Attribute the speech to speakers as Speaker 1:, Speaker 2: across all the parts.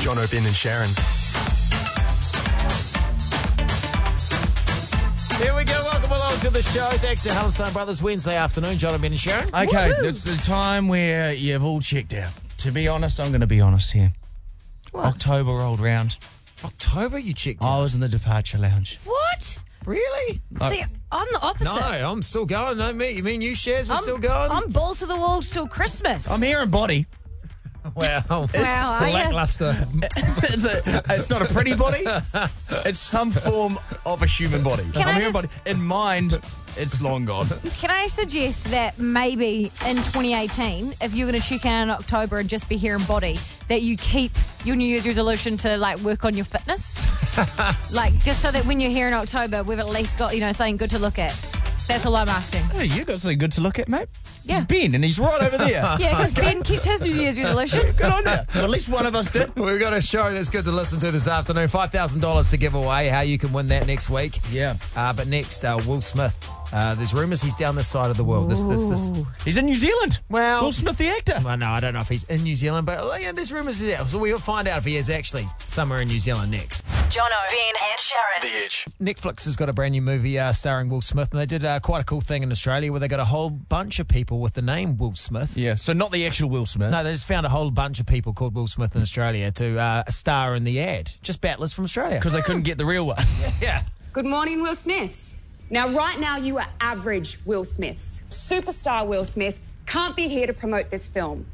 Speaker 1: John O'Bin and Sharon.
Speaker 2: Here we go. Welcome along to the show. Thanks to Hallenstein Brothers Wednesday afternoon. John Ben and Sharon.
Speaker 3: Okay, it's the time where you've all checked out. To be honest, I'm going to be honest here. October rolled round.
Speaker 2: October, you checked.
Speaker 3: I was in the departure lounge.
Speaker 4: What?
Speaker 2: Really?
Speaker 4: See, I'm the opposite.
Speaker 2: Uh, No, I'm still going. No, me. You mean you shares? We're
Speaker 4: I'm,
Speaker 2: still going.
Speaker 4: I'm balls to the walls till Christmas.
Speaker 3: I'm here in body.
Speaker 2: Wow.
Speaker 4: wow,
Speaker 2: uh,
Speaker 4: uh, are ya?
Speaker 2: Lackluster.
Speaker 3: it's, a, it's not a pretty body. It's some form of a human body. I'm
Speaker 4: I
Speaker 3: here in body.
Speaker 4: just-
Speaker 3: In mind, it's long gone.
Speaker 4: Can I suggest that maybe in 2018, if you're going to check out in October and just be here in body, that you keep your New Year's resolution to like work on your fitness, like just so that when you're here in October, we've at least got you know something good to look at. That's all I'm asking.
Speaker 3: Hey, you got something good to look at, mate.
Speaker 4: Yeah.
Speaker 3: It's Ben, and he's right over there.
Speaker 4: Yeah, because Ben kept his New Year's resolution.
Speaker 3: Good on you. But at least one of us did.
Speaker 2: We've got a show that's good to listen to this afternoon. Five thousand dollars to give away. How you can win that next week?
Speaker 3: Yeah.
Speaker 2: Uh, but next, uh, Will Smith. Uh, there's rumours he's down this side of the world. This, this, this.
Speaker 3: He's in New Zealand.
Speaker 2: Well-
Speaker 3: Will Smith, the actor.
Speaker 2: Well, no, I don't know if he's in New Zealand, but uh, yeah, there's rumours he's out. So we'll find out if he is actually somewhere in New Zealand next.
Speaker 5: John Ben, and Sharon.
Speaker 1: The Edge.
Speaker 2: Netflix has got a brand new movie uh, starring Will Smith, and they did uh, quite a cool thing in Australia where they got a whole bunch of people with the name Will Smith.
Speaker 3: Yeah, so not the actual Will Smith.
Speaker 2: No, they just found a whole bunch of people called Will Smith in Australia to uh, star in the ad. Just battlers from Australia.
Speaker 3: because they couldn't get the real one.
Speaker 2: Yeah.
Speaker 6: Good morning, Will Smiths. Now, right now, you are average Will Smiths. Superstar Will Smith can't be here to promote this film.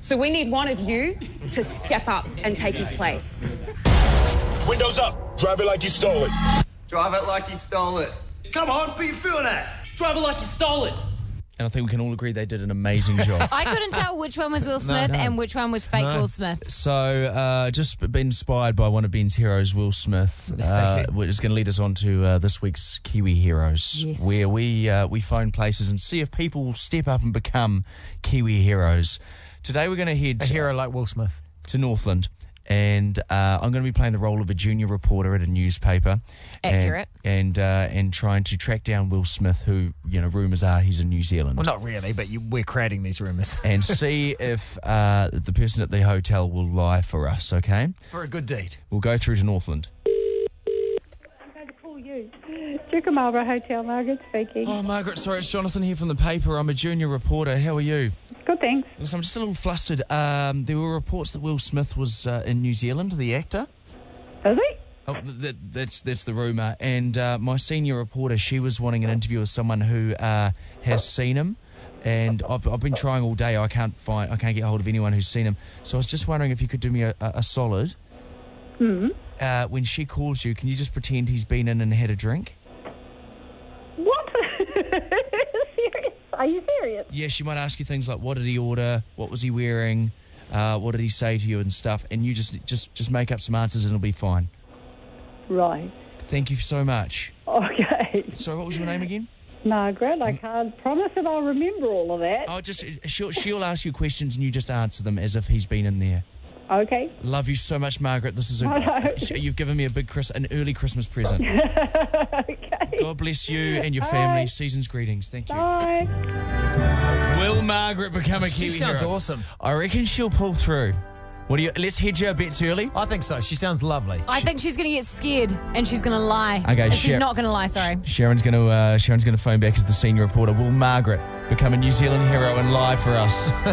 Speaker 6: So we need one of you to step up and take his place.
Speaker 7: Windows up. Drive it like you stole it.
Speaker 8: Drive it like you stole it.
Speaker 7: Come on, be feeling that.
Speaker 9: Driver like you stole it.
Speaker 3: And I think we can all agree they did an amazing job.
Speaker 4: I couldn't tell which one was Will Smith
Speaker 2: no.
Speaker 4: and which one was fake Will Smith.
Speaker 3: So, uh, just been inspired by one of Ben's heroes, Will Smith, uh, which is going to lead us on to uh, this week's Kiwi Heroes,
Speaker 4: Yes.
Speaker 3: where we uh, we phone places and see if people will step up and become Kiwi heroes. Today, we're going to head
Speaker 2: A hero like Will Smith.
Speaker 3: to Northland, and uh, I'm going to be playing the role of a junior reporter at a newspaper. and-
Speaker 4: Accurate.
Speaker 3: And uh, and trying to track down Will Smith, who you know rumors are he's in New Zealand.
Speaker 2: Well, not really, but you, we're creating these rumours.
Speaker 3: and see if uh, the person at the hotel will lie for us, okay?
Speaker 2: For a good deed.
Speaker 3: We'll go through to Northland.
Speaker 10: Chickamauga Hotel, Margaret speaking.
Speaker 3: Oh, Margaret, sorry, it's Jonathan here from the paper. I'm a junior reporter. How are you?
Speaker 10: Good, thanks.
Speaker 3: Listen, I'm just a little flustered. Um, there were reports that Will Smith was uh, in New Zealand, the actor.
Speaker 10: Is he?
Speaker 3: Oh, th- th- that's that's the rumor. And uh, my senior reporter, she was wanting an interview with someone who uh, has seen him. And I've, I've been trying all day. I can't find. I can't get hold of anyone who's seen him. So I was just wondering if you could do me a, a, a solid. Hmm. Uh, when she calls you, can you just pretend he's been in and had a drink?
Speaker 10: What? serious? Are you serious?
Speaker 3: Yeah, she might ask you things like, "What did he order? What was he wearing? Uh, what did he say to you and stuff?" And you just just just make up some answers, and it'll be fine.
Speaker 10: Right.
Speaker 3: Thank you so much.
Speaker 10: Okay.
Speaker 3: So, what was your name again?
Speaker 10: Margaret, I can't promise that I'll remember all of that.
Speaker 3: Oh, just she'll she'll ask you questions and you just answer them as if he's been in there.
Speaker 10: Okay.
Speaker 3: Love you so much, Margaret. This is a
Speaker 10: Hello.
Speaker 3: you've given me a big Chris an early Christmas present.
Speaker 10: okay.
Speaker 3: God bless you and your
Speaker 10: All
Speaker 3: family.
Speaker 10: right.
Speaker 3: Season's greetings. Thank you.
Speaker 10: Bye.
Speaker 3: Will Margaret become a
Speaker 2: She
Speaker 3: Kiwi
Speaker 2: sounds
Speaker 3: hero?
Speaker 2: awesome.
Speaker 3: I reckon she'll pull through. What do you? Let's hedge our bets early.
Speaker 2: I think so. She sounds lovely.
Speaker 4: I think she's going to get scared and she's going to lie.
Speaker 3: Okay,
Speaker 4: And she's
Speaker 3: Shar-
Speaker 4: not going to lie. Sorry.
Speaker 3: Sharon's going to uh, Sharon's going to phone back as the senior reporter. Will Margaret become a New Zealand hero and lie for us?
Speaker 5: John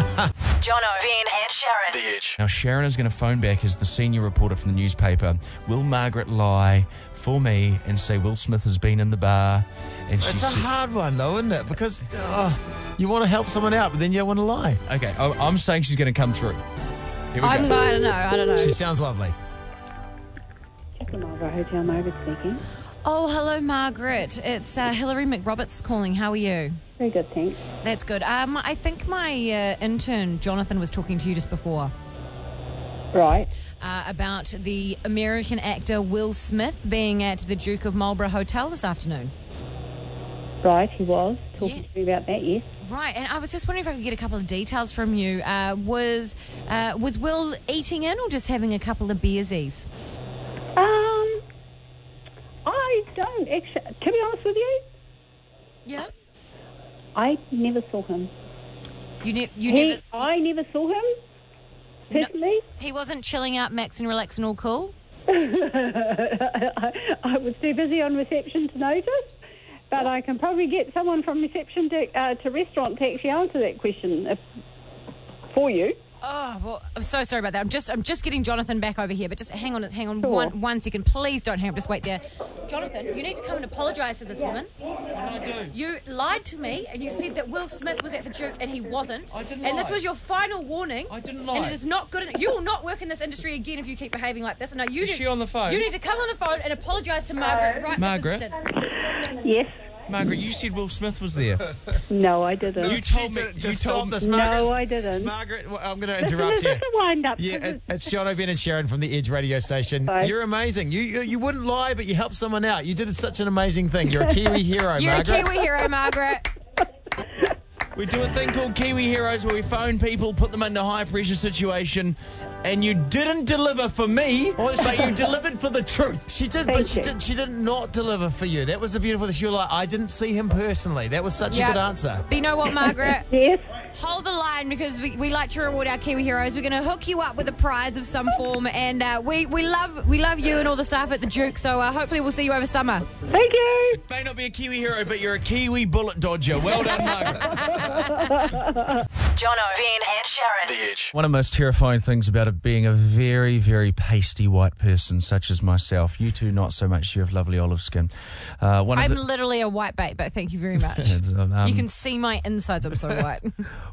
Speaker 5: Ben, and Sharon.
Speaker 1: The Edge.
Speaker 3: Now, Sharon is going to phone back as the senior reporter from the newspaper. Will Margaret lie for me and say Will Smith has been in the bar? And she
Speaker 2: It's a
Speaker 3: said-
Speaker 2: hard one, though, isn't it? Because uh, you want to help someone out, but then you don't want to lie.
Speaker 3: okay, I- I'm saying she's going to come through. Here we
Speaker 4: I'm,
Speaker 3: go.
Speaker 4: I don't know. I don't know.
Speaker 2: She sounds lovely.
Speaker 10: Chickamauga Hotel, Margaret speaking.
Speaker 4: Oh, hello, Margaret. It's uh, Hillary McRoberts calling. How are you?
Speaker 10: Very good, thanks.
Speaker 4: That's good. Um, I think my uh, intern Jonathan was talking to you just before
Speaker 10: Right.
Speaker 4: uh, about the American actor Will Smith being at the Duke of Marlborough Hotel this afternoon.
Speaker 10: Right, he was talking
Speaker 4: Yeah.
Speaker 10: to me about that, yes.
Speaker 4: Right, and I was just wondering if I could get a couple of details from you. Uh, was uh, was Will eating in or just having a couple of beersies?
Speaker 10: Um, I don't actually, to be honest with you,
Speaker 4: Yeah.
Speaker 10: I never saw him.
Speaker 4: You, ne- you
Speaker 10: He,
Speaker 4: never.
Speaker 10: I never saw him. Personally,
Speaker 4: He wasn't chilling out, maxing, relaxing, all cool.
Speaker 10: I, I was too busy on reception to notice, but I can probably get someone from reception to, uh, to restaurant to actually answer that question if, for you.
Speaker 4: Oh well, I'm so sorry about that. I'm just I'm just getting Jonathan back over here, but just hang on, hang on
Speaker 10: Sure.
Speaker 4: one one second, please don't hang up. Just wait there, Jonathan. You need to come and apologise to this woman.
Speaker 3: What did I do?
Speaker 4: You lied to me and you said that Will Smith was at the Duke and he wasn't.
Speaker 3: I didn't
Speaker 4: And this
Speaker 3: lie.
Speaker 4: was your final warning.
Speaker 3: I didn't
Speaker 4: And
Speaker 3: lie.
Speaker 4: it is not good. You will not work in this industry again if you keep behaving like this. And no, you
Speaker 3: Is
Speaker 4: need-
Speaker 3: she on the phone?
Speaker 4: You need to come on the phone and apologise to Margaret right
Speaker 3: Margaret?
Speaker 4: this instant.
Speaker 10: Yes.
Speaker 3: Margaret, you said Will Smith was there.
Speaker 10: No, I didn't.
Speaker 3: You told
Speaker 2: She
Speaker 3: me.
Speaker 2: did-
Speaker 3: You
Speaker 2: just
Speaker 3: told
Speaker 2: stop
Speaker 3: me.
Speaker 2: this,
Speaker 10: No,
Speaker 2: Margaret.
Speaker 10: I didn't.
Speaker 2: Margaret, well, I'm going to
Speaker 10: This is
Speaker 2: interrupt
Speaker 10: a-
Speaker 2: you.
Speaker 10: this is a wind up.
Speaker 2: Yeah, uh, it, it's John O'Brien and Sharon from the Edge radio station.
Speaker 10: Hi.
Speaker 2: You're amazing. You, you you wouldn't lie, but you helped someone out. You did such an amazing thing. You're a Kiwi hero,
Speaker 4: You're
Speaker 2: Margaret.
Speaker 4: a Kiwi hero, Margaret.
Speaker 3: We do a thing called Kiwi Heroes where we phone people, put them into high pressure situation, and you didn't deliver for me, but you delivered for the truth.
Speaker 2: She did, but
Speaker 10: Thank
Speaker 2: she
Speaker 10: you.
Speaker 2: did. She did not deliver for you. That was the beautiful thing. You were like, I didn't see him personally. That was such
Speaker 4: Yeah.
Speaker 2: a good answer.
Speaker 4: But you know what, Margaret?
Speaker 10: Yes.
Speaker 4: Hold the line because we, we like to reward our Kiwi heroes. We're going to hook you up with a prize of some form, and uh, we we love we love you and all the staff at the Duke. So uh, hopefully we'll see you over summer.
Speaker 10: Thank you.
Speaker 3: May not be a Kiwi hero, but you're a Kiwi bullet dodger. Well done, Margaret.
Speaker 5: Jono, Vin, and Sharon.
Speaker 7: The Edge.
Speaker 3: One of the most terrifying things about it being a very, very pasty white person such as myself. You two, not so much. You have lovely olive skin. Uh, one of
Speaker 4: I'm
Speaker 3: the-
Speaker 4: literally a white bait, but thank you very much.
Speaker 3: Um,
Speaker 4: you can see my insides. I'm so white.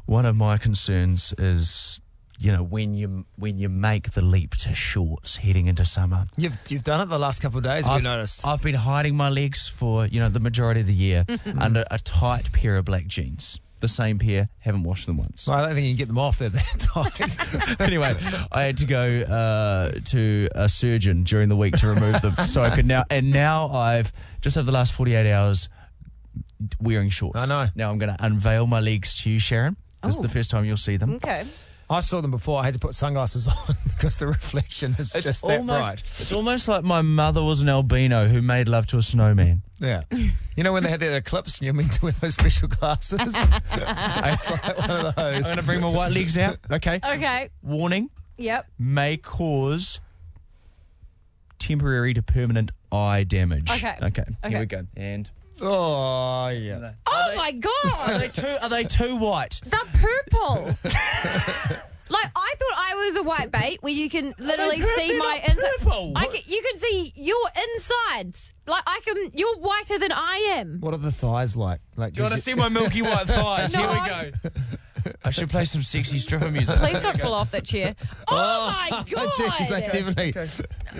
Speaker 3: one of my concerns is you know when you when you make the leap to shorts heading into summer
Speaker 2: You've you've done it the last couple of days. Have you noticed?
Speaker 3: I've been hiding my legs for you know the majority of the year
Speaker 2: Mm-hmm.
Speaker 3: under a tight pair of black jeans the same pair haven't washed them once
Speaker 2: Well, I don't think you can get them off there that tight.
Speaker 3: anyway i had to go uh, to a surgeon during the week to remove them so i could now and now i've just over the last 48 hours wearing shorts
Speaker 2: I know.
Speaker 3: now i'm going to unveil my legs to you sharon this is
Speaker 4: Oh.
Speaker 3: the first time you'll see them
Speaker 4: okay.
Speaker 2: I saw them before. I had to put sunglasses on because the reflection is just that
Speaker 3: almost,
Speaker 2: bright.
Speaker 3: It's almost like my mother was an albino who made love to a snowman.
Speaker 2: Yeah. You know when they had that eclipse and you're meant to wear those special glasses? it's like one of
Speaker 3: I'm
Speaker 2: those.
Speaker 3: going to bring my white legs out. Okay.
Speaker 4: Okay.
Speaker 3: Warning
Speaker 4: Yep.
Speaker 3: may cause temporary to permanent eye damage.
Speaker 4: Okay.
Speaker 3: Okay.
Speaker 4: Okay.
Speaker 3: Here we go. And
Speaker 2: Oh, yeah.
Speaker 4: Oh my god,
Speaker 3: are they too, are they too white?
Speaker 4: the purple. Like I thought I was a white bait where you can literally
Speaker 3: pur-
Speaker 4: see
Speaker 3: they're
Speaker 4: my
Speaker 3: not purple.
Speaker 4: insides. I can, you can see your insides. Like I can, you're whiter than I am.
Speaker 2: What are the thighs like? Like,
Speaker 3: Do you want to see my milky white thighs?
Speaker 4: No,
Speaker 3: Here we go. I should play some sexy stripper music.
Speaker 4: Please don't fall off that chair. Oh, my god!
Speaker 2: Jeez, they definitely.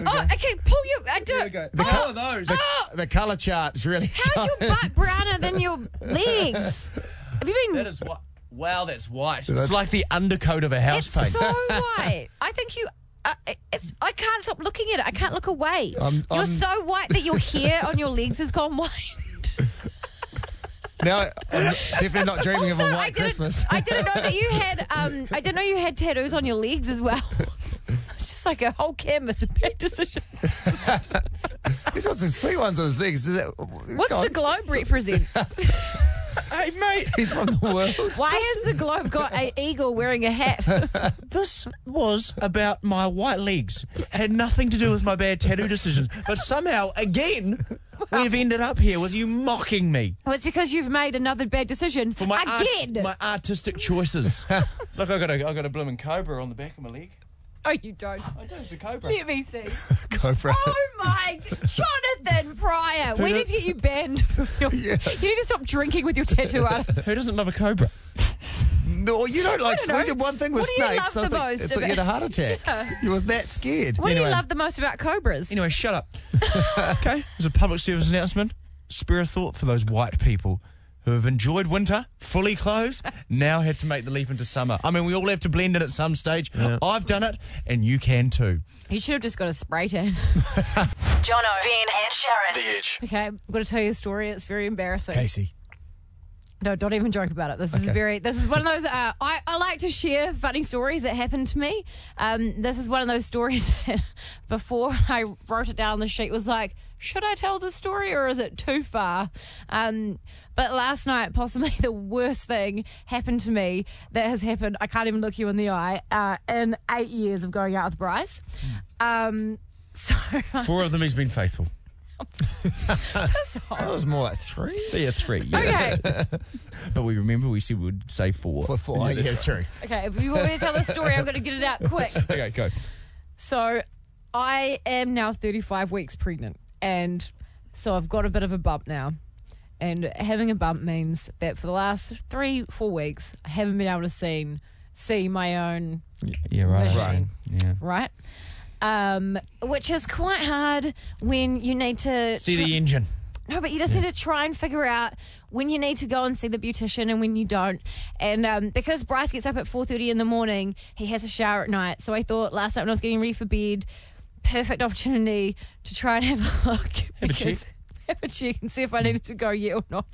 Speaker 4: oh, okay, pull your. I do.
Speaker 2: The,
Speaker 4: Oh,
Speaker 2: colour, the, the colour chart's really.
Speaker 4: how's your butt browner than your legs? Have
Speaker 3: That
Speaker 4: you been?
Speaker 3: is what. Wow, that's white.
Speaker 2: That's-
Speaker 3: it's like the undercoat of a house
Speaker 4: It's
Speaker 3: paint.
Speaker 4: so white. I think you. Uh, if, I can't stop looking at it. I can't look away.
Speaker 2: I'm-
Speaker 4: You're
Speaker 2: I'm-
Speaker 4: so white that your hair on your legs has gone white.
Speaker 2: Now, I'm definitely not dreaming
Speaker 4: also,
Speaker 2: of a
Speaker 4: I
Speaker 2: white
Speaker 4: didn't.
Speaker 2: Christmas.
Speaker 4: I didn't know that you had. Um, I didn't know you had tattoos on your legs as well. It's just like a whole canvas of bad decisions.
Speaker 2: He's got some sweet ones on his legs. Is that-
Speaker 4: What's
Speaker 2: God,
Speaker 4: the globe represent?
Speaker 3: hey, mate.
Speaker 2: He's from the world.
Speaker 4: Why has the globe got an eagle wearing a hat?
Speaker 3: This was about my white legs. Had nothing to do with my bad tattoo decisions. But somehow, again, we've ended up here with you mocking me
Speaker 4: Well, it's because you've made another bad decision
Speaker 3: for my art-
Speaker 4: again.
Speaker 3: my artistic choices. Look, I got a I got a blooming cobra on the back of my leg.
Speaker 4: oh, you don't.
Speaker 3: I do. It's a cobra.
Speaker 4: Let me see.
Speaker 2: Cobra.
Speaker 4: Oh my, Jonathan Pryor. We need to get you banned from your. You need to stop drinking with your tattoo artist.
Speaker 3: Who doesn't love a cobra?
Speaker 2: No, you don't like.
Speaker 4: I don't know.
Speaker 2: we did one thing with
Speaker 4: What do you love
Speaker 2: snakes. and
Speaker 4: the
Speaker 2: I
Speaker 4: most
Speaker 2: thought, I thought you
Speaker 4: about-
Speaker 2: had a heart attack.
Speaker 4: Yeah.
Speaker 2: You were that scared.
Speaker 4: What do
Speaker 3: Anyway.
Speaker 4: you love the most about cobras?
Speaker 3: Anyway, shut up. okay, it's a public service announcement. Spare a thought for those white people who have enjoyed winter, fully clothed, now had to make the leap into summer. I mean, we all have to blend in at some stage. I've done it, and you can too.
Speaker 4: You should have just got a spray tan.
Speaker 5: Jono, Vin, and Sharon.
Speaker 7: The Edge.
Speaker 4: Okay, I'm going to tell you a story. It's very embarrassing.
Speaker 2: Casey.
Speaker 4: No, don't even joke about it. This is very. This is one of those. Uh, I I like to share funny stories that happened to me. Um, this is one of those stories that before I wrote it down on the sheet was like, should I tell this story or is it too far? Um, but last night, possibly the worst thing happened to me that has happened. I can't even look you in the eye uh, in eight years of going out with Bryce. Um, so
Speaker 3: Four of them he's been faithful.
Speaker 4: piss
Speaker 2: That
Speaker 4: off.
Speaker 2: was more like three.
Speaker 3: So yeah, three. Yeah.
Speaker 4: Okay,
Speaker 3: But we remember we said we would say four.
Speaker 2: Or four. Yeah, true.
Speaker 4: okay. If you want me to tell this story, I'm going to get it out quick.
Speaker 3: Okay, go.
Speaker 4: So I am now 35 weeks pregnant, and so I've got a bit of a bump now. And having a bump means that for the last three, four weeks, I haven't been able to see, see my own
Speaker 3: Yeah, right.
Speaker 4: Vision.
Speaker 3: Yeah.
Speaker 4: right, um, which is quite hard when you need to
Speaker 3: See the engine.
Speaker 4: no, but you just need to try and figure out when you need to go and see the beautician and when you don't. And um, because Bryce gets up at four thirty in the morning, he has a shower at night. So I thought last night when I was getting ready for bed, perfect opportunity to try and have a look
Speaker 3: Have a
Speaker 4: because
Speaker 3: check.
Speaker 4: have a check and see if I needed to go yeah or not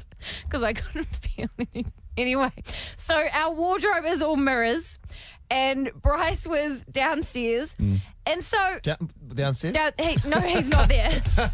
Speaker 4: because I couldn't feel anything. Anyway, so our wardrobe is all mirrors, and Bryce was downstairs,
Speaker 3: Mm.
Speaker 4: and so.
Speaker 2: Down, downstairs.
Speaker 4: Down, he, no, he's not there.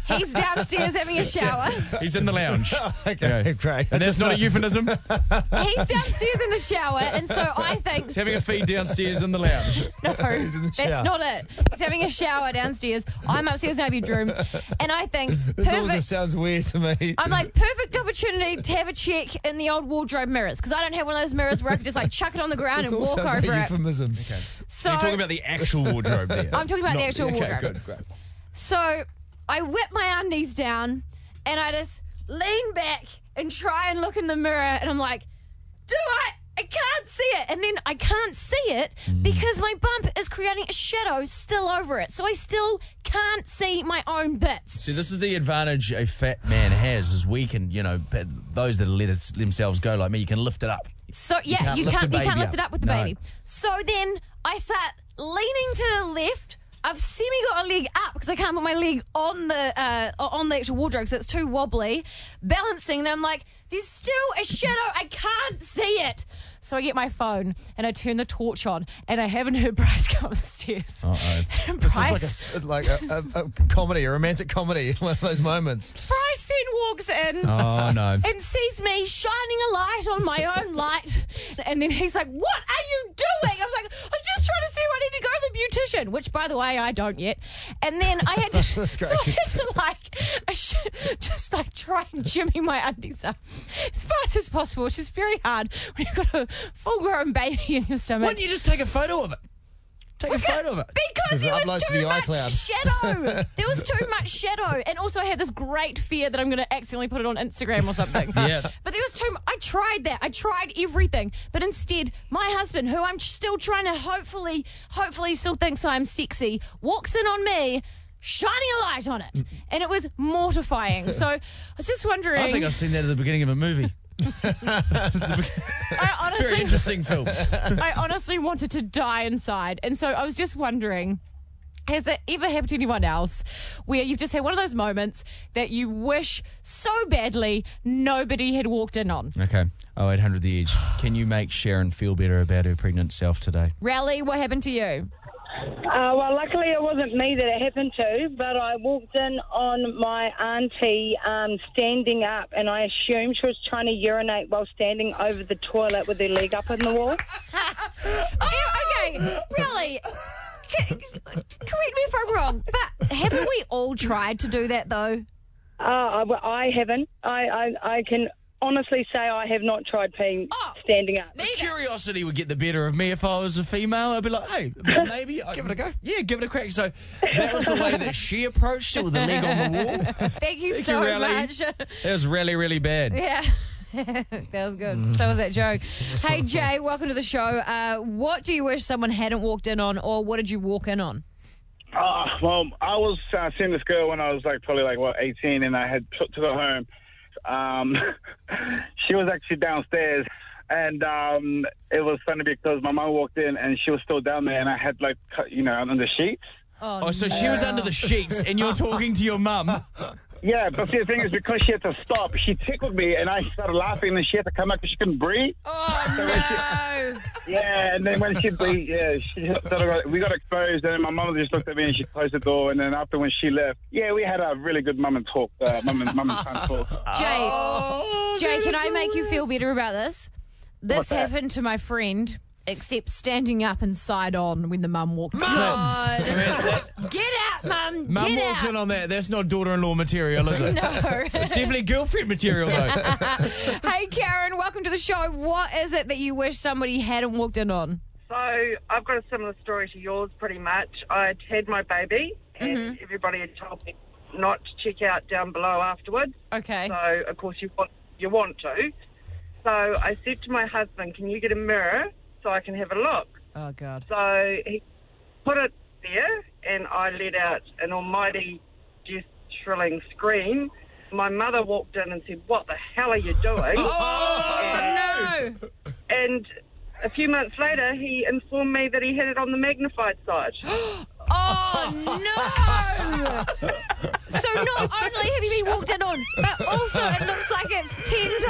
Speaker 4: He's downstairs having a shower.
Speaker 3: He's in the lounge.
Speaker 2: okay,
Speaker 3: Yeah.
Speaker 2: great.
Speaker 3: And that's not a euphemism. He's
Speaker 4: He's downstairs in the shower, and so I think
Speaker 3: having a feed downstairs in the lounge.
Speaker 4: no,
Speaker 2: in the shower.
Speaker 4: that's not it. He's having a shower downstairs. I'm upstairs in our bedroom, and I think
Speaker 2: This all just
Speaker 4: perfect.
Speaker 2: sounds weird to me.
Speaker 4: I'm like perfect opportunity to have a check in the old wardrobe mirrors because I don't have one of those mirrors where I could just like chuck it on the ground
Speaker 2: this
Speaker 4: and
Speaker 2: all
Speaker 4: walk
Speaker 2: sounds
Speaker 4: over
Speaker 2: like
Speaker 4: it.
Speaker 2: euphemisms.
Speaker 4: so
Speaker 3: You're talking about the actual wardrobe there.
Speaker 4: I'm talking about the actual
Speaker 3: okay,
Speaker 4: wardrobe.
Speaker 3: Good, great.
Speaker 4: So I whip my undies down and I just lean back and try and look in the mirror and I'm like, do I? I can't see it. And then I can't see it because my bump is creating a shadow still over it. So I still can't see my own bits.
Speaker 3: See, this is the advantage a fat man has: is we can, you know, p- those that let us, themselves go, like me, you can lift it up.
Speaker 4: So yeah,
Speaker 3: can't
Speaker 4: you
Speaker 3: lift
Speaker 4: can't,
Speaker 3: a
Speaker 4: you can't
Speaker 3: baby
Speaker 4: lift
Speaker 3: up.
Speaker 4: it up with the
Speaker 3: No.
Speaker 4: baby. So then I start leaning to the left. I've semi got a leg up because I can't put my leg on the uh, on the actual wardrobe because it's too wobbly. Balancing, then I'm like, there's still a shadow. I can't see it. So I get my phone and I turn the torch on, and I haven't heard Bryce come up the stairs.
Speaker 3: Uh-oh.
Speaker 4: And
Speaker 2: This
Speaker 4: Bryce,
Speaker 2: is like a, s- like a, a, a comedy, a romantic comedy. One of those moments.
Speaker 4: Bryce then walks in.
Speaker 3: Oh no!
Speaker 4: and sees me shining a light on my own light. And then he's like, What are you doing? I was like, I'm just trying to see if I need to go to the beautician, which, by the way, I don't yet. And then I had to, so I had to like, I should, just like try and jimmy my undies up as fast as possible, which is very hard when you've got a full grown baby in your stomach.
Speaker 3: Why don't you just take a photo of it? Take a photo of it.
Speaker 2: Because
Speaker 4: Because there
Speaker 2: it
Speaker 4: was
Speaker 2: uploads to
Speaker 4: too
Speaker 2: the
Speaker 4: much
Speaker 2: iCloud.
Speaker 4: shadow. there was too much shadow, and also I had this great fear that I'm going to accidentally put it on Instagram or something.
Speaker 3: Yeah.
Speaker 4: But there was too. I tried that. I tried everything, but instead, my husband, who I'm still trying to hopefully, hopefully, still thinks I'm sexy, walks in on me. Shining a light on it, and it was mortifying. So I was just wondering.
Speaker 3: Mm-hmm. I think I've seen that at the beginning of a movie.
Speaker 4: I
Speaker 3: Very
Speaker 4: honestly,
Speaker 3: interesting film.
Speaker 4: I honestly wanted to die inside. And so I was just wondering. Has it ever happened to anyone else where you've just had one of those moments that you wish so badly nobody had walked in on?
Speaker 3: Okay. Oh, 800 The Edge. Can you make Sharon feel better about her pregnant self today?
Speaker 4: Rally, what happened to you?
Speaker 10: Uh, well, luckily it wasn't me that it happened to, but I walked in on my auntie um, standing up, and I assumed she was trying to urinate while standing over the toilet with her leg up in the wall.
Speaker 4: Oh, okay, Rally. c- c- Correct me if I'm wrong, but haven't we all tried to do that though?
Speaker 10: Uh, I, well, I haven't. I, I, I can honestly say I have not tried peeing
Speaker 4: Oh.
Speaker 10: standing up.
Speaker 3: Curiosity would get the better of me if I was a female. I'd be like, hey, maybe. I-
Speaker 2: Give it a go.
Speaker 3: Yeah, give it a crack. So that was the way that she approached it with a leg on the wall.
Speaker 4: Thank you so
Speaker 3: Rally.
Speaker 4: much.
Speaker 3: It was really, really bad.
Speaker 4: Yeah. that was good. So was that joke. Hey, Jay, welcome to the show. Uh, what do you wish someone hadn't walked in on, or what did you walk in on?
Speaker 1: Uh, well,
Speaker 11: um,
Speaker 1: I was uh, seeing this girl when I was like probably like what 18, and I had took to the home. Um, she was actually downstairs, and um, it was funny because my mom walked in and she was still down there, and I had like cut, you know under the sheets.
Speaker 3: Oh, so she was under the sheets and you're talking to your mum.
Speaker 11: Yeah, but see, the thing is, because she had to stop, she tickled me, and I started laughing, and she had to come out because she couldn't breathe.
Speaker 4: Oh,
Speaker 11: Yeah, and then when she breathed, yeah, she just sort of got, we got exposed, and then my mum just looked at me and she closed the door, and then after when she left, yeah, we had a really good mum and talk, uh, mum and mum and son talk.
Speaker 4: no. Jay, Jay, can I make you feel better about this? This
Speaker 11: What's that?
Speaker 4: happened to my friend, except standing up and side on when the mum walked in. Get out, mum!
Speaker 3: Mum
Speaker 4: Get
Speaker 3: walks
Speaker 4: out!
Speaker 3: in on that. That's not daughter-in-law material, is it?
Speaker 4: No.
Speaker 3: It's definitely girlfriend material, though.
Speaker 4: hey, Karen, welcome to the show. What is it that you wish somebody hadn't walked in on?
Speaker 10: So I've got a similar story to yours, pretty much. I'd had my baby, and everybody had told me not to check out down below afterwards.
Speaker 4: Okay.
Speaker 10: So of course you want you want to. So I said to my husband, "Can you get a mirror so I can have a look?"
Speaker 4: Oh, God.
Speaker 10: So he put it there, and I let out an almighty, just shrilling scream. My mother walked in and said, "What the hell are you doing?"
Speaker 4: No!
Speaker 10: And a few months later, he informed me that he had it on the magnified side.
Speaker 4: Oh, no! so not only have you been walked in on, but also it looks like it's 10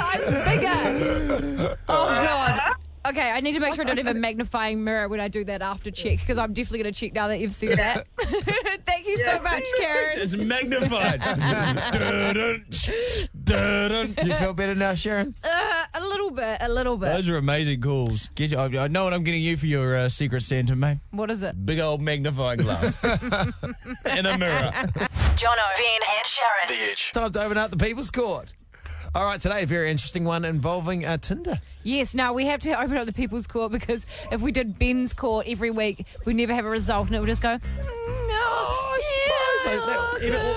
Speaker 4: times bigger. Oh, God. Okay, I need to make sure I don't have a magnifying mirror when I do that after check because I'm definitely going to check now that you've said that. Thank you so much, Karen.
Speaker 3: It's magnified. Dun-dun, dun-dun.
Speaker 1: You feel better now, Sharon?
Speaker 4: Uh, a little bit, a little bit.
Speaker 3: Those are amazing calls. Get you, I I know what I'm getting you for your uh, secret Santa, mate.
Speaker 4: What is it?
Speaker 3: Big old magnifying glass and a mirror.
Speaker 12: Jono, Vin, and Sharon.
Speaker 13: The Edge.
Speaker 1: Time to open up the People's Court. All right, today a very interesting one involving uh, Tinder.
Speaker 4: Yes, now we have to open up the people's court because if we did Ben's court every week, we'd never have a result and it would just go, "Mm, no.
Speaker 3: Oh, I suppose. I- that-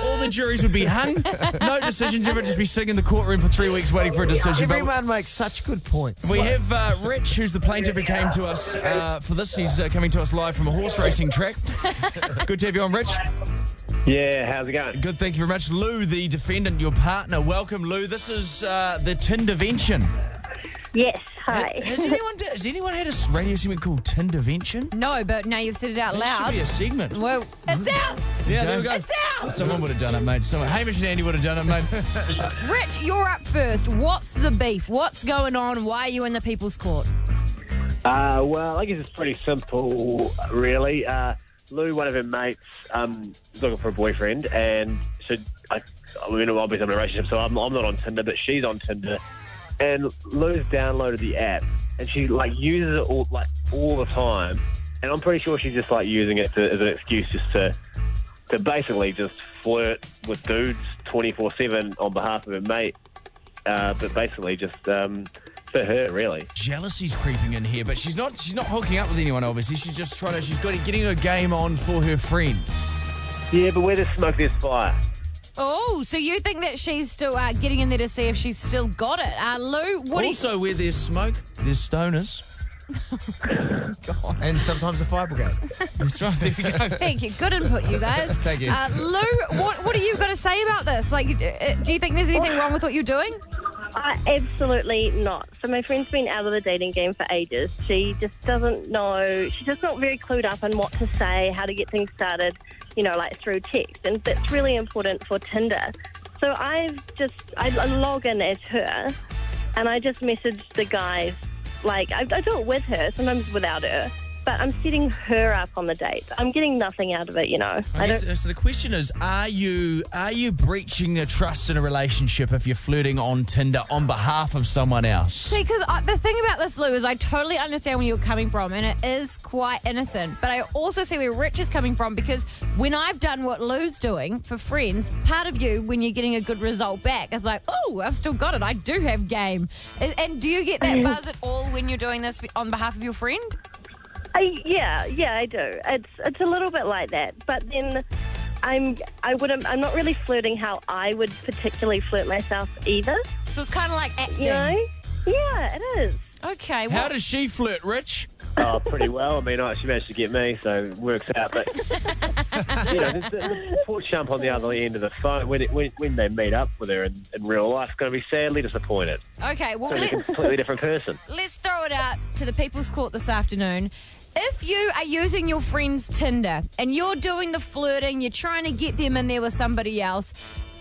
Speaker 3: all, all the juries would be hung. No decisions. Everyone would just be sitting in the courtroom for three weeks waiting for a decision. But
Speaker 1: Everyone makes such good points.
Speaker 3: we have uh, Rich, who's the plaintiff who came to us uh, for this. He's uh, coming to us live from a horse racing track. Good to have you on, Rich.
Speaker 11: Yeah, how's it going?
Speaker 3: Good, thank you very much. Lou, the defendant, your partner. Welcome, Lou. This is uh, the Tindervention.
Speaker 6: Yes,
Speaker 3: Has anyone, has anyone had a radio segment called Tindervention?
Speaker 4: No, but now you've said it out
Speaker 3: That should be
Speaker 4: loud.
Speaker 3: a segment.
Speaker 4: Well, it's out.
Speaker 3: Yeah, there we go.
Speaker 4: It's out.
Speaker 3: Someone would have done it, mate. Someone, Hamish and Andy would have done it, mate.
Speaker 4: Rich, you're up first. What's the beef? What's going on? Why are you in the people's court?
Speaker 2: Uh, well, I guess it's pretty simple, really. Uh, Lou, one of her mates, um, is looking for a boyfriend, and so I, I mean, obviously I'm in a relationship, so I'm, I'm not on Tinder, but she's on Tinder, and Lou's downloaded the app, and she like uses it all like all the time, and I'm pretty sure she's just like using it to, as an excuse just to to basically just flirt with dudes 24 seven on behalf of her mate, uh, but basically just um, for her, really.
Speaker 3: jealousy's creeping in here, but she's not she's not hooking up with anyone obviously. She's just trying to she's got getting her game on for her friend.
Speaker 2: Yeah, but where there's smoke, there's fire.
Speaker 4: Oh, so you think that she's still uh, getting in there to see if she's still got it? Uh, Lou, what do you?
Speaker 3: also where there's smoke, there's stoners.
Speaker 1: and sometimes a fire brigade.
Speaker 3: That's right, there we go.
Speaker 4: Thank you. Good input, you guys.
Speaker 1: Thank you.
Speaker 4: Uh, Lou, what what are you going to say about this? Like, uh, do you think there's anything wrong with what you're doing?
Speaker 6: Uh, absolutely not. So my friend's been out of the dating game for ages. She just doesn't know. She's just not very clued up on what to say, how to get things started, you know, like through text, and that's really important for Tinder. So I've just I I log in as her, and I just message the guys. Like I, I do it with her, sometimes without her. But I'm setting her up on the date. I'm getting nothing out of it, you know. I
Speaker 3: Okay,
Speaker 6: don't.
Speaker 3: so, so the question is, are you are you breaching a trust in a relationship if you're flirting on Tinder on behalf of someone else?
Speaker 4: See, because the thing about this, Lou, is I totally understand where you're coming from, and it is quite innocent. But I also see where Rich is coming from because when I've done what Lou's doing for friends, part of you, when you're getting a good result back, is like, oh, I've still got it. I do have game. And, and do you get that
Speaker 6: Mm.
Speaker 4: buzz at all when you're doing this on behalf of your friend?
Speaker 6: I, yeah, yeah, I do. It's it's a little bit like that, but then I'm I wouldn't I'm not really flirting how I would particularly flirt myself either.
Speaker 4: So it's kind of like acting.
Speaker 6: You know? Yeah, it is.
Speaker 4: Okay.
Speaker 3: How
Speaker 4: Well,
Speaker 3: does she flirt, Rich?
Speaker 2: Oh, pretty well. I mean, I- she managed to get me, so it works out. But you know, the, the poor chump on the other end of the phone when it, when, when they meet up with her in, in real life, is going to be sadly disappointed.
Speaker 4: okay. Well,
Speaker 2: Going to be a
Speaker 4: let's
Speaker 2: completely different person.
Speaker 4: let's throw it out to the people's court this afternoon. If you are using your friend's Tinder and you're doing the flirting, you're trying to get them in there with somebody else,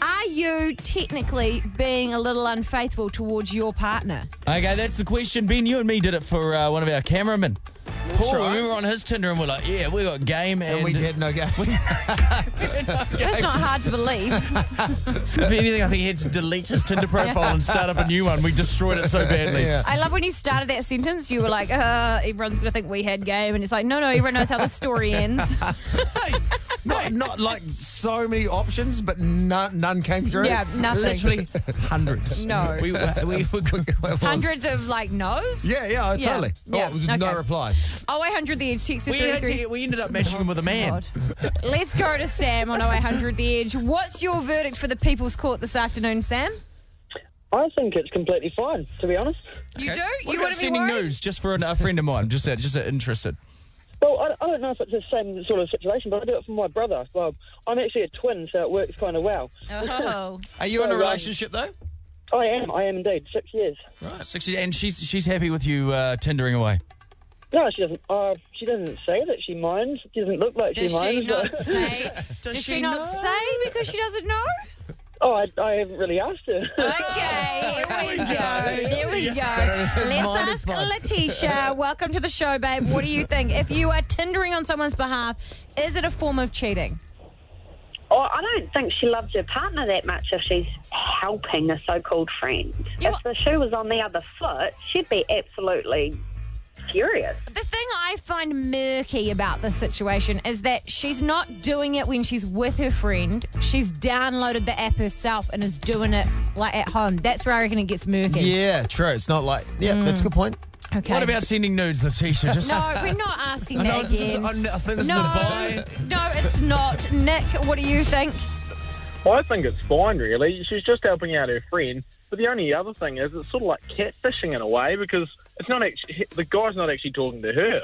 Speaker 4: Are you technically being a little unfaithful towards your partner?
Speaker 3: Okay, that's the question. Ben, you and me did it for uh, one of our cameramen. Paul,
Speaker 2: right.
Speaker 3: we were on his Tinder and we're like, yeah, we got game. And,
Speaker 2: we had no game.
Speaker 4: That's not hard to believe.
Speaker 3: if anything, I think he had to delete his Tinder profile and start up a new one. We destroyed it so badly.
Speaker 4: I love when you started that sentence. You were like, uh, everyone's going to think we had game. And it's like, no, no, everyone knows how the story ends.
Speaker 2: not, not like so many options, but none, none came through.
Speaker 4: Yeah, nothing.
Speaker 3: Literally hundreds.
Speaker 4: No.
Speaker 3: We, were- we were good.
Speaker 4: Hundreds of like no's?
Speaker 2: Yeah, yeah, oh, totally.
Speaker 4: Yeah.
Speaker 2: Oh, it was
Speaker 4: Okay.
Speaker 2: no replies.
Speaker 4: Oh, 0800 The Edge, text us
Speaker 3: We, had to,
Speaker 4: 33.
Speaker 3: we ended up matching him with a man.
Speaker 4: Let's go to Sam on 0800 The Edge. What's your verdict for the People's Court this afternoon, Sam?
Speaker 14: I think it's completely fine, to be honest.
Speaker 4: You
Speaker 3: Okay. What
Speaker 4: do? you
Speaker 3: about
Speaker 4: wouldn't be
Speaker 3: sending
Speaker 4: worried?
Speaker 3: news just for an, a friend of mine? Just, uh, just uh, interested.
Speaker 14: Well, I, I don't know if it's the same sort of situation, but I do it for my brother. Well, I'm actually a twin, so it works kind of well.
Speaker 4: Oh.
Speaker 2: Are you in
Speaker 14: So,
Speaker 2: a
Speaker 14: um,
Speaker 2: relationship, though?
Speaker 14: I am. I am indeed. Six years.
Speaker 3: Right. Sixty, and she's she's happy with you uh, tendering away.
Speaker 14: No, she doesn't. Uh, she doesn't say that she minds. She doesn't look like
Speaker 4: Does
Speaker 14: she
Speaker 4: she
Speaker 14: minds.
Speaker 4: not
Speaker 14: but-
Speaker 4: say? Does, she,
Speaker 14: she
Speaker 4: not
Speaker 14: know?
Speaker 4: say because she doesn't know?
Speaker 14: oh, I, I haven't really asked her.
Speaker 4: Okay, here we go. Here we go.
Speaker 14: It's mine,
Speaker 4: Let's ask
Speaker 14: it's mine.
Speaker 4: Letitia. Welcome to the show, babe. What do you think? If you are tindering on someone's behalf, is it a form of cheating?
Speaker 15: Oh, I don't think she loves her partner that much if she's helping a so-called friend. if the shoe was on the other foot, she'd be absolutely furious.
Speaker 4: The thing I find murky about this situation is that she's not doing it when she's with her friend. She's downloaded the app herself and is doing it like at home. That's where I reckon it gets murky.
Speaker 2: Yeah, true. It's not like, yeah, that's a good point.
Speaker 4: Okay.
Speaker 3: What about sending nudes, Letitia? Just
Speaker 4: No, we're not asking
Speaker 3: I
Speaker 4: that
Speaker 3: know this is-
Speaker 4: again.
Speaker 3: I kn- I think this is a
Speaker 4: no,
Speaker 3: buy.
Speaker 4: No, it's not. Nick, what do you think?
Speaker 16: I think it's fine, really. She's just helping out her friend. But the only other thing is, it's sort of like catfishing in a way because it's not actually the guy's not actually talking to her.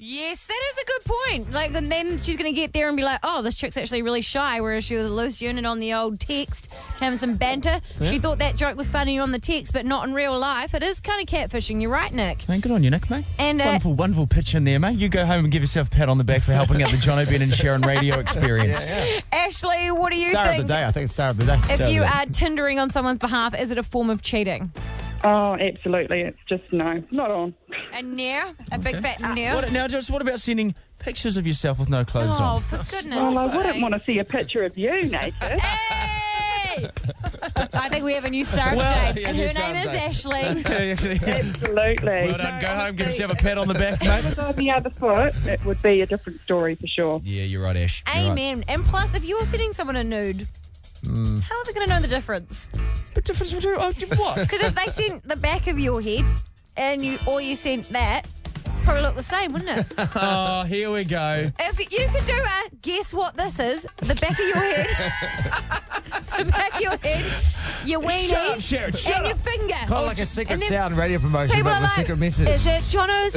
Speaker 4: Yes, that is a good point. Like, and then she's going to get there and be like, "Oh, this chick's actually really shy," whereas she was a loose unit on the old text, having some banter. She
Speaker 3: Yeah.
Speaker 4: thought that joke was funny on the text, but not in real life. It is kind of catfishing. You're right, Nick.
Speaker 3: Man, good on you, Nick, mate.
Speaker 4: And, uh,
Speaker 3: wonderful, wonderful pitch in there, mate. You go home and give yourself a pat on the back for helping out the John O'Brien and Sharon radio experience.
Speaker 4: Ashley, what do you
Speaker 2: Star
Speaker 4: think?
Speaker 2: of the day. I think it's star of the day.
Speaker 4: If you are tindering on someone's behalf, is it a form of cheating?
Speaker 10: Oh, absolutely. It's just no, not on.
Speaker 4: A near, a big fat near.
Speaker 3: What, now, just what about sending pictures of yourself with no clothes
Speaker 4: Oh,
Speaker 3: on?
Speaker 4: for goodness
Speaker 10: Well, I
Speaker 4: sake.
Speaker 10: wouldn't want to see a picture of you, Nathan.
Speaker 4: I think we have a new star of
Speaker 10: Well,
Speaker 4: the day,
Speaker 10: yeah,
Speaker 4: and
Speaker 10: new
Speaker 4: her
Speaker 10: star of
Speaker 4: name
Speaker 10: the
Speaker 4: is
Speaker 10: day.
Speaker 4: Ashley.
Speaker 10: Absolutely.
Speaker 3: Well done. Go home, give yourself a pat on the back,
Speaker 10: If
Speaker 3: mate.
Speaker 10: it was on the other foot, it would be a different story for sure.
Speaker 3: Yeah, you're right, Ash. You're right.
Speaker 4: Amen. And plus, if you're sending someone a nude,
Speaker 2: Mm.
Speaker 4: how are they going to know the difference?
Speaker 3: What difference would you? what?
Speaker 4: Because if they sent the back of your head and you or you sent that, probably look the same, wouldn't it?
Speaker 3: Oh, here we go.
Speaker 4: if you could do a guess what this is, the back of your head, the back of your head, your weenie,
Speaker 2: Shut up, Sharon, shut
Speaker 4: and your
Speaker 2: up.
Speaker 4: finger.
Speaker 2: Kind of like a
Speaker 4: And
Speaker 2: secret
Speaker 4: then
Speaker 2: sound radio promotion,
Speaker 4: People
Speaker 2: but
Speaker 4: are
Speaker 2: with a
Speaker 4: like,
Speaker 2: secret message.
Speaker 4: is it Jono's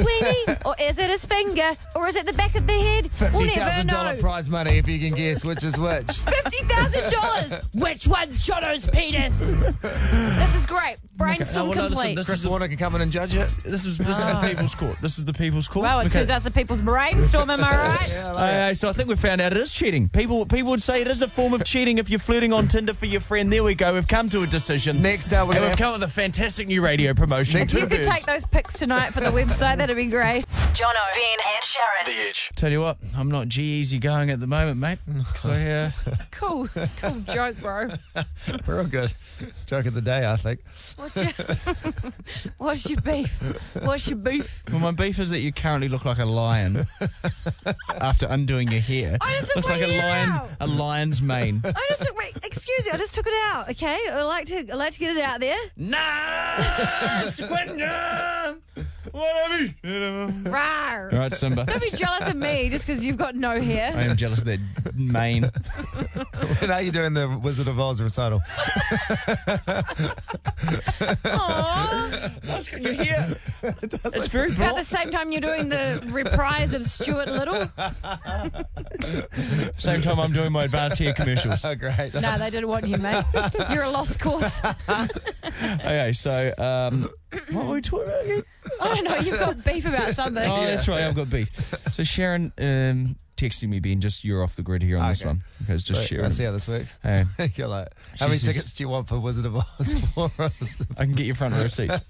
Speaker 4: weenie or is it his finger or is it the back of the head? We'll
Speaker 2: Fifty
Speaker 4: never
Speaker 2: thousand dollar
Speaker 4: know.
Speaker 2: prize money if you can guess which is which.
Speaker 4: Fifty thousand dollars. Which one's Jono's penis? this is great. Brainstorm
Speaker 3: Okay, well, no, listen,
Speaker 4: complete.
Speaker 3: this
Speaker 2: Chris Warner can come in and judge it.
Speaker 3: This is this is the people's court. This is the people's court.
Speaker 4: well, it
Speaker 3: Okay.
Speaker 4: turns out the people's brainstorm. Am I right?
Speaker 2: Uh,
Speaker 3: Aye, aye, so I think we found out it is cheating. People people would say it is a form of cheating if you're flirting on Tinder for your friend. There we go. We've come to a decision.
Speaker 2: Next hour, we're
Speaker 3: and
Speaker 2: gonna
Speaker 3: we've
Speaker 2: have-
Speaker 3: come up with a fantastic new radio promotion.
Speaker 4: If you could take those pics tonight for the website, that'd be great.
Speaker 5: Jono, Ben, and Sharon. The Edge.
Speaker 3: Tell you what, I'm not G easy going at the moment, mate. 'cause I, uh,
Speaker 4: Cool, cool joke, bro.
Speaker 2: Real good joke of the day, I think.
Speaker 4: What's your, what's your beef? What's your beef?
Speaker 3: well, my beef is that you currently look like a lion after undoing your hair.
Speaker 4: I just took
Speaker 3: Looks
Speaker 4: my
Speaker 3: like a
Speaker 4: hair
Speaker 3: lion,
Speaker 4: out.
Speaker 3: a lion's mane.
Speaker 4: I just took, wait, excuse me, I just took it out. Okay, I like to, I like to get it out there.
Speaker 3: No, Whatever.
Speaker 4: Rawr.
Speaker 3: All right, Simba.
Speaker 4: Don't be jealous of me just because you've got no hair.
Speaker 3: I am jealous of that mane.
Speaker 2: when are you doing the Wizard of Oz recital?
Speaker 3: your hair. It's very
Speaker 4: About
Speaker 3: broad.
Speaker 4: the same time you're doing the reprise of Stuart Little.
Speaker 3: Same time I'm doing my advanced hair commercials.
Speaker 2: oh, great.
Speaker 4: No, they didn't want you, mate. You're a lost cause.
Speaker 3: Okay, so um, what were we talking about again?
Speaker 4: I don't know. You've got beef about something.
Speaker 3: Oh, that's right. I've got beef. So Sharon um, texting me, Ben, just you're off the grid here on this
Speaker 2: Okay.
Speaker 3: one. Okay, it's just
Speaker 2: So,
Speaker 3: sharing.
Speaker 2: let's see how this works.
Speaker 3: Hey.
Speaker 2: You're like,
Speaker 3: She
Speaker 2: how many
Speaker 3: says-
Speaker 2: tickets do you want for Wizard of Oz for us?
Speaker 3: I can get your front row seats.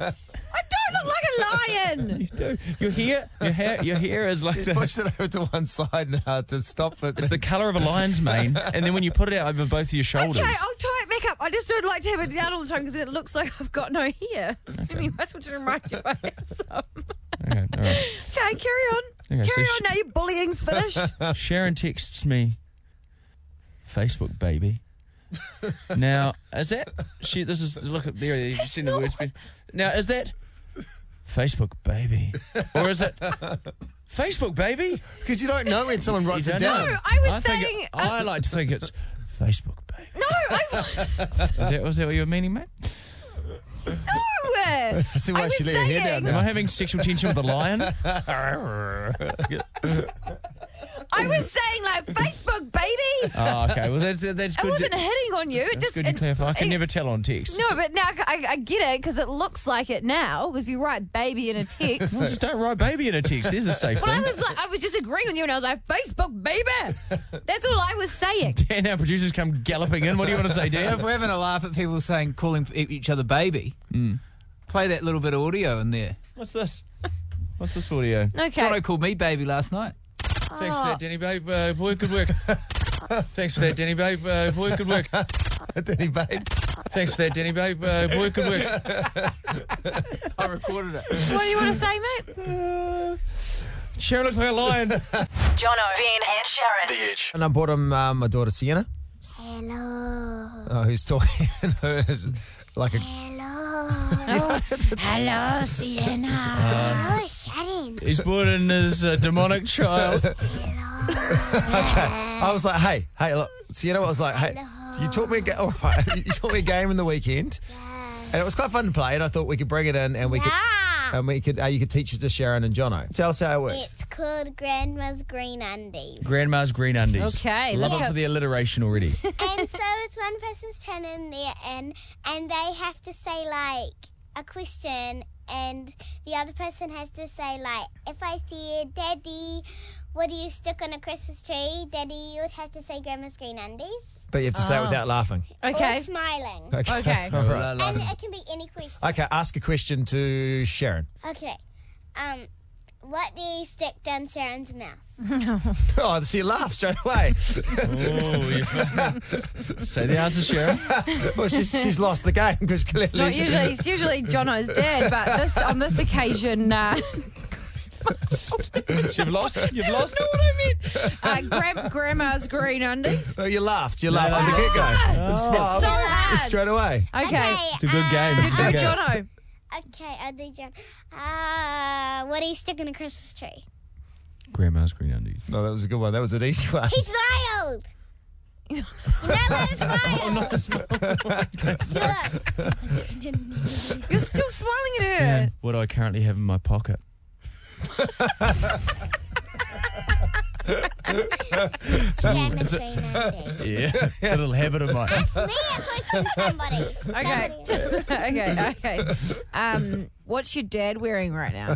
Speaker 4: Don't look like a lion.
Speaker 3: do. Your hair, your hair, your hair is like
Speaker 2: He's
Speaker 3: the,
Speaker 2: pushed it over to one side now to stop it.
Speaker 3: it's the colour of a lion's mane, and then when you put it out over both of your shoulders,
Speaker 4: Okay, I'll tie it back up. I just don't like to have it down all the time because it looks like I've got no hair. Anyway, I just want to remind you I have some.
Speaker 3: Okay, all right.
Speaker 4: Okay, carry on.
Speaker 3: Okay, so
Speaker 4: carry on
Speaker 3: sh-
Speaker 4: now. Your bullying's finished.
Speaker 3: Sharon texts me, Facebook baby. now is that she? This is look at there. You just seen the words. Ben. Now is that Facebook baby, or is it Facebook baby?
Speaker 2: Because you don't know when someone writes
Speaker 3: You
Speaker 2: it
Speaker 3: don't know.
Speaker 2: down.
Speaker 4: No, I was
Speaker 3: think-
Speaker 4: saying- um,
Speaker 3: I like to think it's Facebook baby.
Speaker 4: no, I was.
Speaker 3: Is that, was that what you were meaning, mate?
Speaker 4: No.
Speaker 2: I see why
Speaker 4: I
Speaker 2: she
Speaker 4: was
Speaker 2: let her hair
Speaker 4: saying-
Speaker 2: down
Speaker 3: Am
Speaker 2: now.
Speaker 3: I having sexual tension with a lion?
Speaker 2: Uh,
Speaker 4: I was saying like Facebook, baby.
Speaker 3: Oh, okay. Well, that's, that's
Speaker 4: I
Speaker 3: good.
Speaker 4: wasn't hitting on you. It
Speaker 3: That's
Speaker 4: just
Speaker 3: good you
Speaker 4: it-
Speaker 3: clarify. I can
Speaker 4: it-
Speaker 3: never tell on text.
Speaker 4: No, but now I, I get it because it looks like it now. If you write baby in a text.
Speaker 3: Well, just don't write baby in a text. There's a safe
Speaker 4: Well, I
Speaker 3: thing.
Speaker 4: was like, I was just agreeing with you, and I was like, Facebook, baby. That's all I was saying.
Speaker 3: Dan, our producers come galloping in. What do you want to say,
Speaker 17: If
Speaker 3: Dan?
Speaker 17: we're having a laugh at people saying calling e- each other baby, play that little bit of audio in there.
Speaker 3: Hmm. What's this? What's this audio?
Speaker 4: Okay.
Speaker 17: Jono called me baby last night.
Speaker 3: Thanks
Speaker 4: Oh.
Speaker 3: for that, Danny Babe. Uh, boy, good work. Thanks for that, Danny Babe. Uh, boy, good work.
Speaker 2: Danny Babe.
Speaker 3: Thanks for that, Danny Babe. Uh, boy, good work.
Speaker 17: I recorded it.
Speaker 4: What do you want to say, mate?
Speaker 3: Sharon looks like a lion.
Speaker 6: Jono, Ben, and Sharon. The Edge.
Speaker 2: And I bought him um, my daughter Sienna. Hello. Oh, who's talking? Who's like a.
Speaker 10: Hello. Hello, Sienna. Hello, Sharon.
Speaker 3: He's brought in his uh, demonic child.
Speaker 2: Okay. I was like, hey, hey, look. Sienna was like, hey, you taught me a ga- all right. You taught me a game in the weekend, and it was quite fun to play. And I thought we could bring it in, and we could, and we could, uh, you could teach it to Sharon and Jono. Tell us how it works.
Speaker 10: It's called Grandma's Green Undies.
Speaker 3: Grandma's green undies.
Speaker 10: Okay,
Speaker 3: Love
Speaker 10: let's
Speaker 3: it
Speaker 10: go.
Speaker 3: for the alliteration already.
Speaker 10: and so it's one person's turn in their end, and they have to say like a question, and the other person has to say like, if I said, "Daddy, what do you stick on a Christmas tree?" Daddy, you would have to say Grandma's green undies.
Speaker 2: But you have to say it
Speaker 10: Oh.
Speaker 2: without laughing.
Speaker 10: Or smiling.
Speaker 2: All right.
Speaker 10: And it can be any question.
Speaker 2: Okay, ask a question to Sharon.
Speaker 10: Okay. Um, what do you stick down Sharon's mouth?
Speaker 2: oh, so you laugh straight away.
Speaker 3: Oh, Say the answer, Sharon.
Speaker 2: well, she's, she's lost the game because clearly.
Speaker 4: It's not usually. It's usually Jono's dad, but this on this occasion. Uh,
Speaker 3: You've lost. You've lost.
Speaker 4: know what I mean. Uh, gran- grandma's green undies.
Speaker 2: Oh, you laughed. You
Speaker 3: No,
Speaker 2: laughed
Speaker 3: no,
Speaker 2: on the
Speaker 3: no.
Speaker 2: get go.
Speaker 3: Oh.
Speaker 2: It's smart.
Speaker 4: It's so hard.
Speaker 2: Straight away.
Speaker 4: Okay.
Speaker 3: It's a good game. It's a
Speaker 4: Go,
Speaker 3: good game.
Speaker 4: Jono.
Speaker 10: Okay, I'll do John. Uh, what do you stick in a Christmas tree?
Speaker 3: Grandma's green undies.
Speaker 2: No, that was a good one. That was an easy one.
Speaker 10: He smiled.
Speaker 4: You're still smiling at her.
Speaker 3: What do I currently have in my pocket? it's, a, it's, a, yeah, it's a little habit of mine.
Speaker 10: Somebody.
Speaker 4: Okay. okay. Okay. Um, what's your dad wearing right now?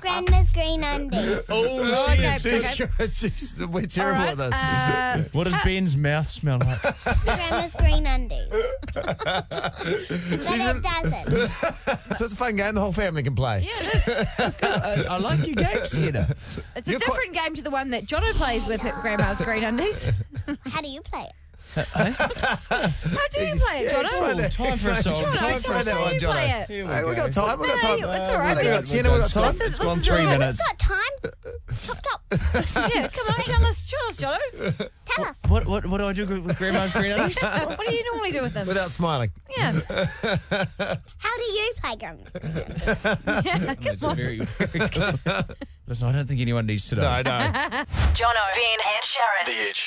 Speaker 10: Grandma's green undies.
Speaker 2: Oh, she
Speaker 4: Okay,
Speaker 2: is. She's, she's, we're terrible
Speaker 10: All
Speaker 2: at this.
Speaker 10: uh,
Speaker 3: What does Ben's mouth smell like?
Speaker 10: Grandma's green undies. But it doesn't.
Speaker 2: so it's a fun game. The whole family can play. Yeah,
Speaker 4: it is.
Speaker 3: I, I like your game, Sienna.
Speaker 4: It's a different game to the one that Jono plays with at Grandma's green undies.
Speaker 10: How do you play it?
Speaker 4: How do you play it,
Speaker 2: Yeah,
Speaker 4: Jono?
Speaker 2: explain that.
Speaker 3: Oh, time for a
Speaker 2: explain
Speaker 3: song.
Speaker 2: that.
Speaker 3: Jono,
Speaker 2: Explain
Speaker 3: it's your
Speaker 2: that
Speaker 3: song,
Speaker 2: one,
Speaker 3: you play
Speaker 2: Jono.
Speaker 3: it. Here we
Speaker 2: Hey, we
Speaker 3: go.
Speaker 2: got time. We got
Speaker 4: No,
Speaker 2: time.
Speaker 4: you- it's all right,
Speaker 2: We
Speaker 4: Ben.
Speaker 2: got Sienna. We got time.
Speaker 4: This is-
Speaker 3: It's gone
Speaker 4: this is
Speaker 3: three
Speaker 4: all right.
Speaker 3: minutes.
Speaker 10: Got time?
Speaker 4: Yeah, come on, tell us, tell us, Jono.
Speaker 10: Tell us.
Speaker 3: What, what, what do I do with Grandma's green undies?
Speaker 4: what do you normally do with them?
Speaker 2: Without smiling.
Speaker 4: yeah.
Speaker 10: How do you play Grandma's green undies?
Speaker 4: yeah, come
Speaker 3: It's
Speaker 4: on.
Speaker 3: very, very good. Listen, I don't think anyone needs to know.
Speaker 2: I know.
Speaker 6: Jono, Ben, and Sharon. The Edge.